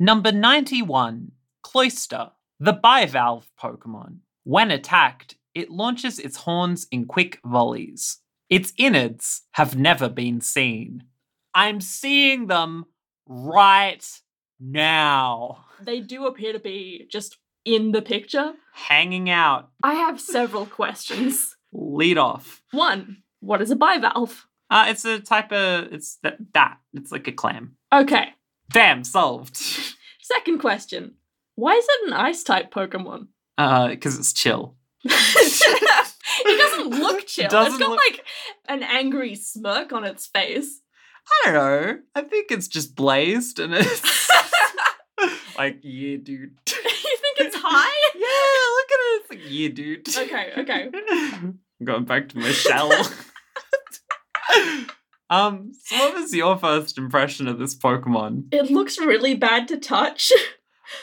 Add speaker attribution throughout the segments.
Speaker 1: Number 91, Cloyster, the bivalve Pokemon. When attacked, it launches its horns in quick volleys. Its innards have never been seen. I'm seeing them right now.
Speaker 2: They do appear to be just in the picture.
Speaker 1: Hanging out.
Speaker 2: I have several questions.
Speaker 1: Lead off.
Speaker 2: One, what is a bivalve?
Speaker 1: Uh, it's a type of. It's that. that. It's like a clam.
Speaker 2: Okay.
Speaker 1: Bam, solved.
Speaker 2: Second question. Why is it an ice type Pokemon?
Speaker 1: Because Uh, it's chill.
Speaker 2: it doesn't look chill.
Speaker 1: It doesn't
Speaker 2: it's got
Speaker 1: look-
Speaker 2: like an angry smirk on its face.
Speaker 1: I don't know. I think it's just blazed and it's like, yeah, dude.
Speaker 2: you think it's high?
Speaker 1: Yeah, look at it. It's like, yeah, dude.
Speaker 2: Okay, okay.
Speaker 1: I'm going back to my shell. um, so what was your first impression of this Pokemon?
Speaker 2: It looks really bad to touch.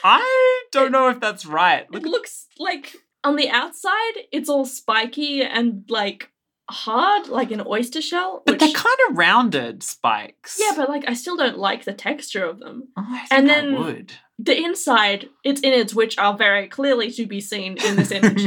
Speaker 1: I don't know if that's right.
Speaker 2: It
Speaker 1: Look,
Speaker 2: looks like on the outside, it's all spiky and like hard, like an oyster shell.
Speaker 1: but
Speaker 2: which-
Speaker 1: they're kind of rounded spikes.
Speaker 2: yeah, but like I still don't like the texture of them.
Speaker 1: Oh, I think
Speaker 2: and
Speaker 1: I
Speaker 2: then-
Speaker 1: would.
Speaker 2: The inside, its innards, which are very clearly to be seen in this image,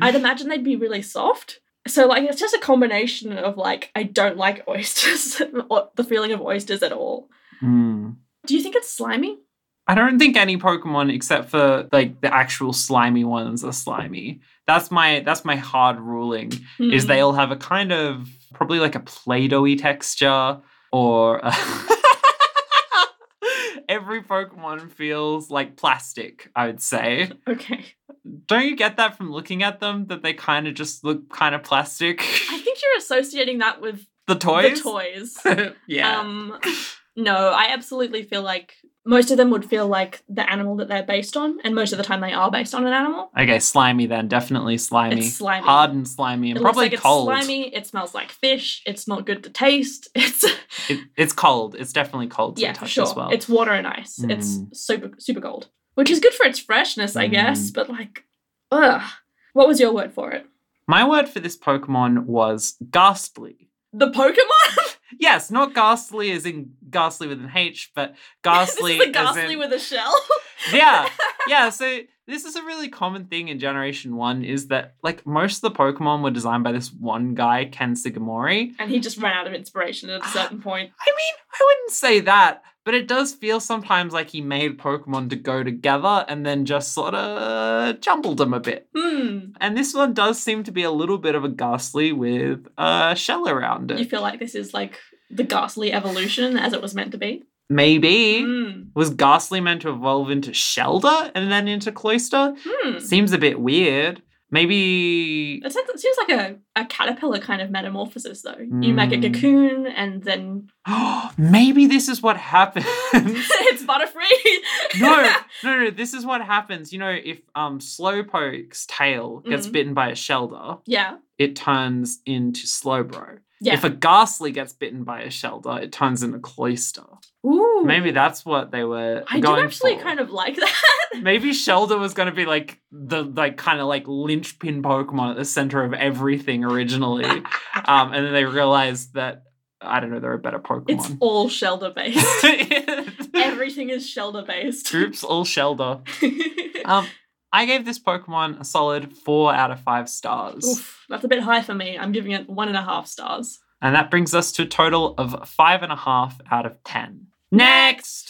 Speaker 2: I'd imagine they'd be really soft. So like it's just a combination of like I don't like oysters, or the feeling of oysters at all.
Speaker 1: Hmm.
Speaker 2: Do you think it's slimy?
Speaker 1: I don't think any Pokemon except for like the actual slimy ones are slimy. That's my that's my hard ruling is
Speaker 2: Hmm.
Speaker 1: they'll have a kind of probably like a play-dohy texture or a every Pokemon feels like plastic, I would say.
Speaker 2: okay?
Speaker 1: Don't you get that from looking at them that they kind of just look kind of plastic?
Speaker 2: I think you're associating that with
Speaker 1: the toys?
Speaker 2: the toys.
Speaker 1: yeah.
Speaker 2: Um, no, I absolutely feel like most of them would feel like the animal that they're based on, and most of the time they are based on an animal.
Speaker 1: okay, slimy then, definitely slimy.
Speaker 2: It's slimy.
Speaker 1: Hard and slimy and
Speaker 2: it
Speaker 1: probably
Speaker 2: looks like
Speaker 1: cold.
Speaker 2: it's slimy. It smells like fish. It's not good to taste. It's
Speaker 1: It, it's cold. It's definitely cold to
Speaker 2: yeah,
Speaker 1: the
Speaker 2: for
Speaker 1: touch
Speaker 2: sure.
Speaker 1: as well. Mm.
Speaker 2: It's water and ice. It's super super cold, which is good for its freshness, I guess. But like, ugh. What was your word for it?
Speaker 1: My word for this Pokemon was ghastly.
Speaker 2: The Pokemon.
Speaker 1: Yes, not ghastly as in ghastly with an H, but
Speaker 2: this
Speaker 1: ghastly.
Speaker 2: is the
Speaker 1: as
Speaker 2: ghastly
Speaker 1: in-
Speaker 2: with a shell.
Speaker 1: yeah, yeah. So this is a really common thing in Generation One is that like most of the Pokemon were designed by this one guy, Ken Sugimori.
Speaker 2: and he just ran out of inspiration
Speaker 1: Ah.
Speaker 2: at a certain point.
Speaker 1: I mean, I wouldn't say that, but it does feel sometimes like he made Pokemon to go together and then just sort of jumbled them a bit.
Speaker 2: Hmm.
Speaker 1: And this one does seem to be a little bit of a ghastly with a shell around
Speaker 2: You
Speaker 1: it.
Speaker 2: feel like this is like the ghastly evolution as it was meant to be?
Speaker 1: Maybe.
Speaker 2: Mm.
Speaker 1: Was Ghastly meant to evolve into Shelder and then into Cloyster?
Speaker 2: Hmm.
Speaker 1: Seems a bit weird. Maybe.
Speaker 2: It sounds- it seems like a, a caterpillar kind of metamorphosis, though. You make a
Speaker 1: Mm.
Speaker 2: cocoon and then
Speaker 1: Maybe this is what happens.
Speaker 2: it's Butterfree.
Speaker 1: no, no, no. This is what happens. You know, if um Slowpoke's tail gets
Speaker 2: Mm.
Speaker 1: bitten by a Shelder,
Speaker 2: yeah.
Speaker 1: it turns into Slowbro.
Speaker 2: Yeah.
Speaker 1: If a Ghastly gets bitten by a Shelder, it turns into Cloyster.
Speaker 2: Ooh.
Speaker 1: Maybe that's what they were
Speaker 2: I do
Speaker 1: going
Speaker 2: actually
Speaker 1: for.
Speaker 2: kind of like that.
Speaker 1: Maybe Shelder was going to be like the like kind of like linchpin Pokemon at the center of everything originally, um, and then they realized that I don't know they're a better
Speaker 2: it's
Speaker 1: Pokemon.
Speaker 2: all shelter based. Everything is shelter based.
Speaker 1: Troops all Shelder. Um, I gave this Pokemon a solid four out of five stars,
Speaker 2: Oof, that's a bit high for me. I'm giving it one and a half stars.
Speaker 1: and that brings us to a total of five and a half out of ten. Next.